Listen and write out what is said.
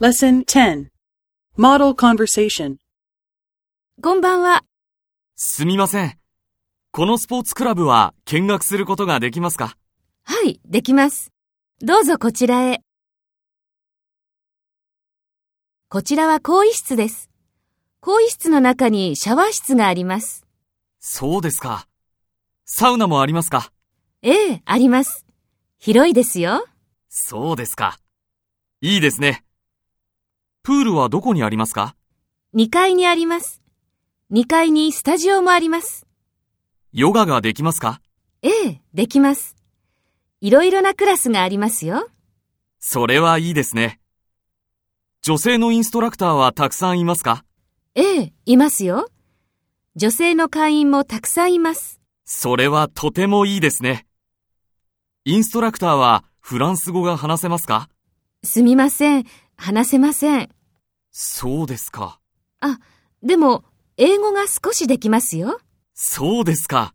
Lesson 10 Model Conversation こんばんは。すみません。このスポーツクラブは見学することができますかはい、できます。どうぞこちらへ。こちらは更衣室です。更衣室の中にシャワー室があります。そうですか。サウナもありますかええ、あります。広いですよ。そうですか。いいですね。プールはどこにありますか2階にあります。2階にスタジオもあります。ヨガができますかええ、できます。いろいろなクラスがありますよ。それはいいですね。女性のインストラクターはたくさんいますかええ、いますよ。女性の会員もたくさんいます。それはとてもいいですね。インストラクターはフランス語が話せますかすみません。話せません。そうですか。あ、でも、英語が少しできますよ。そうですか。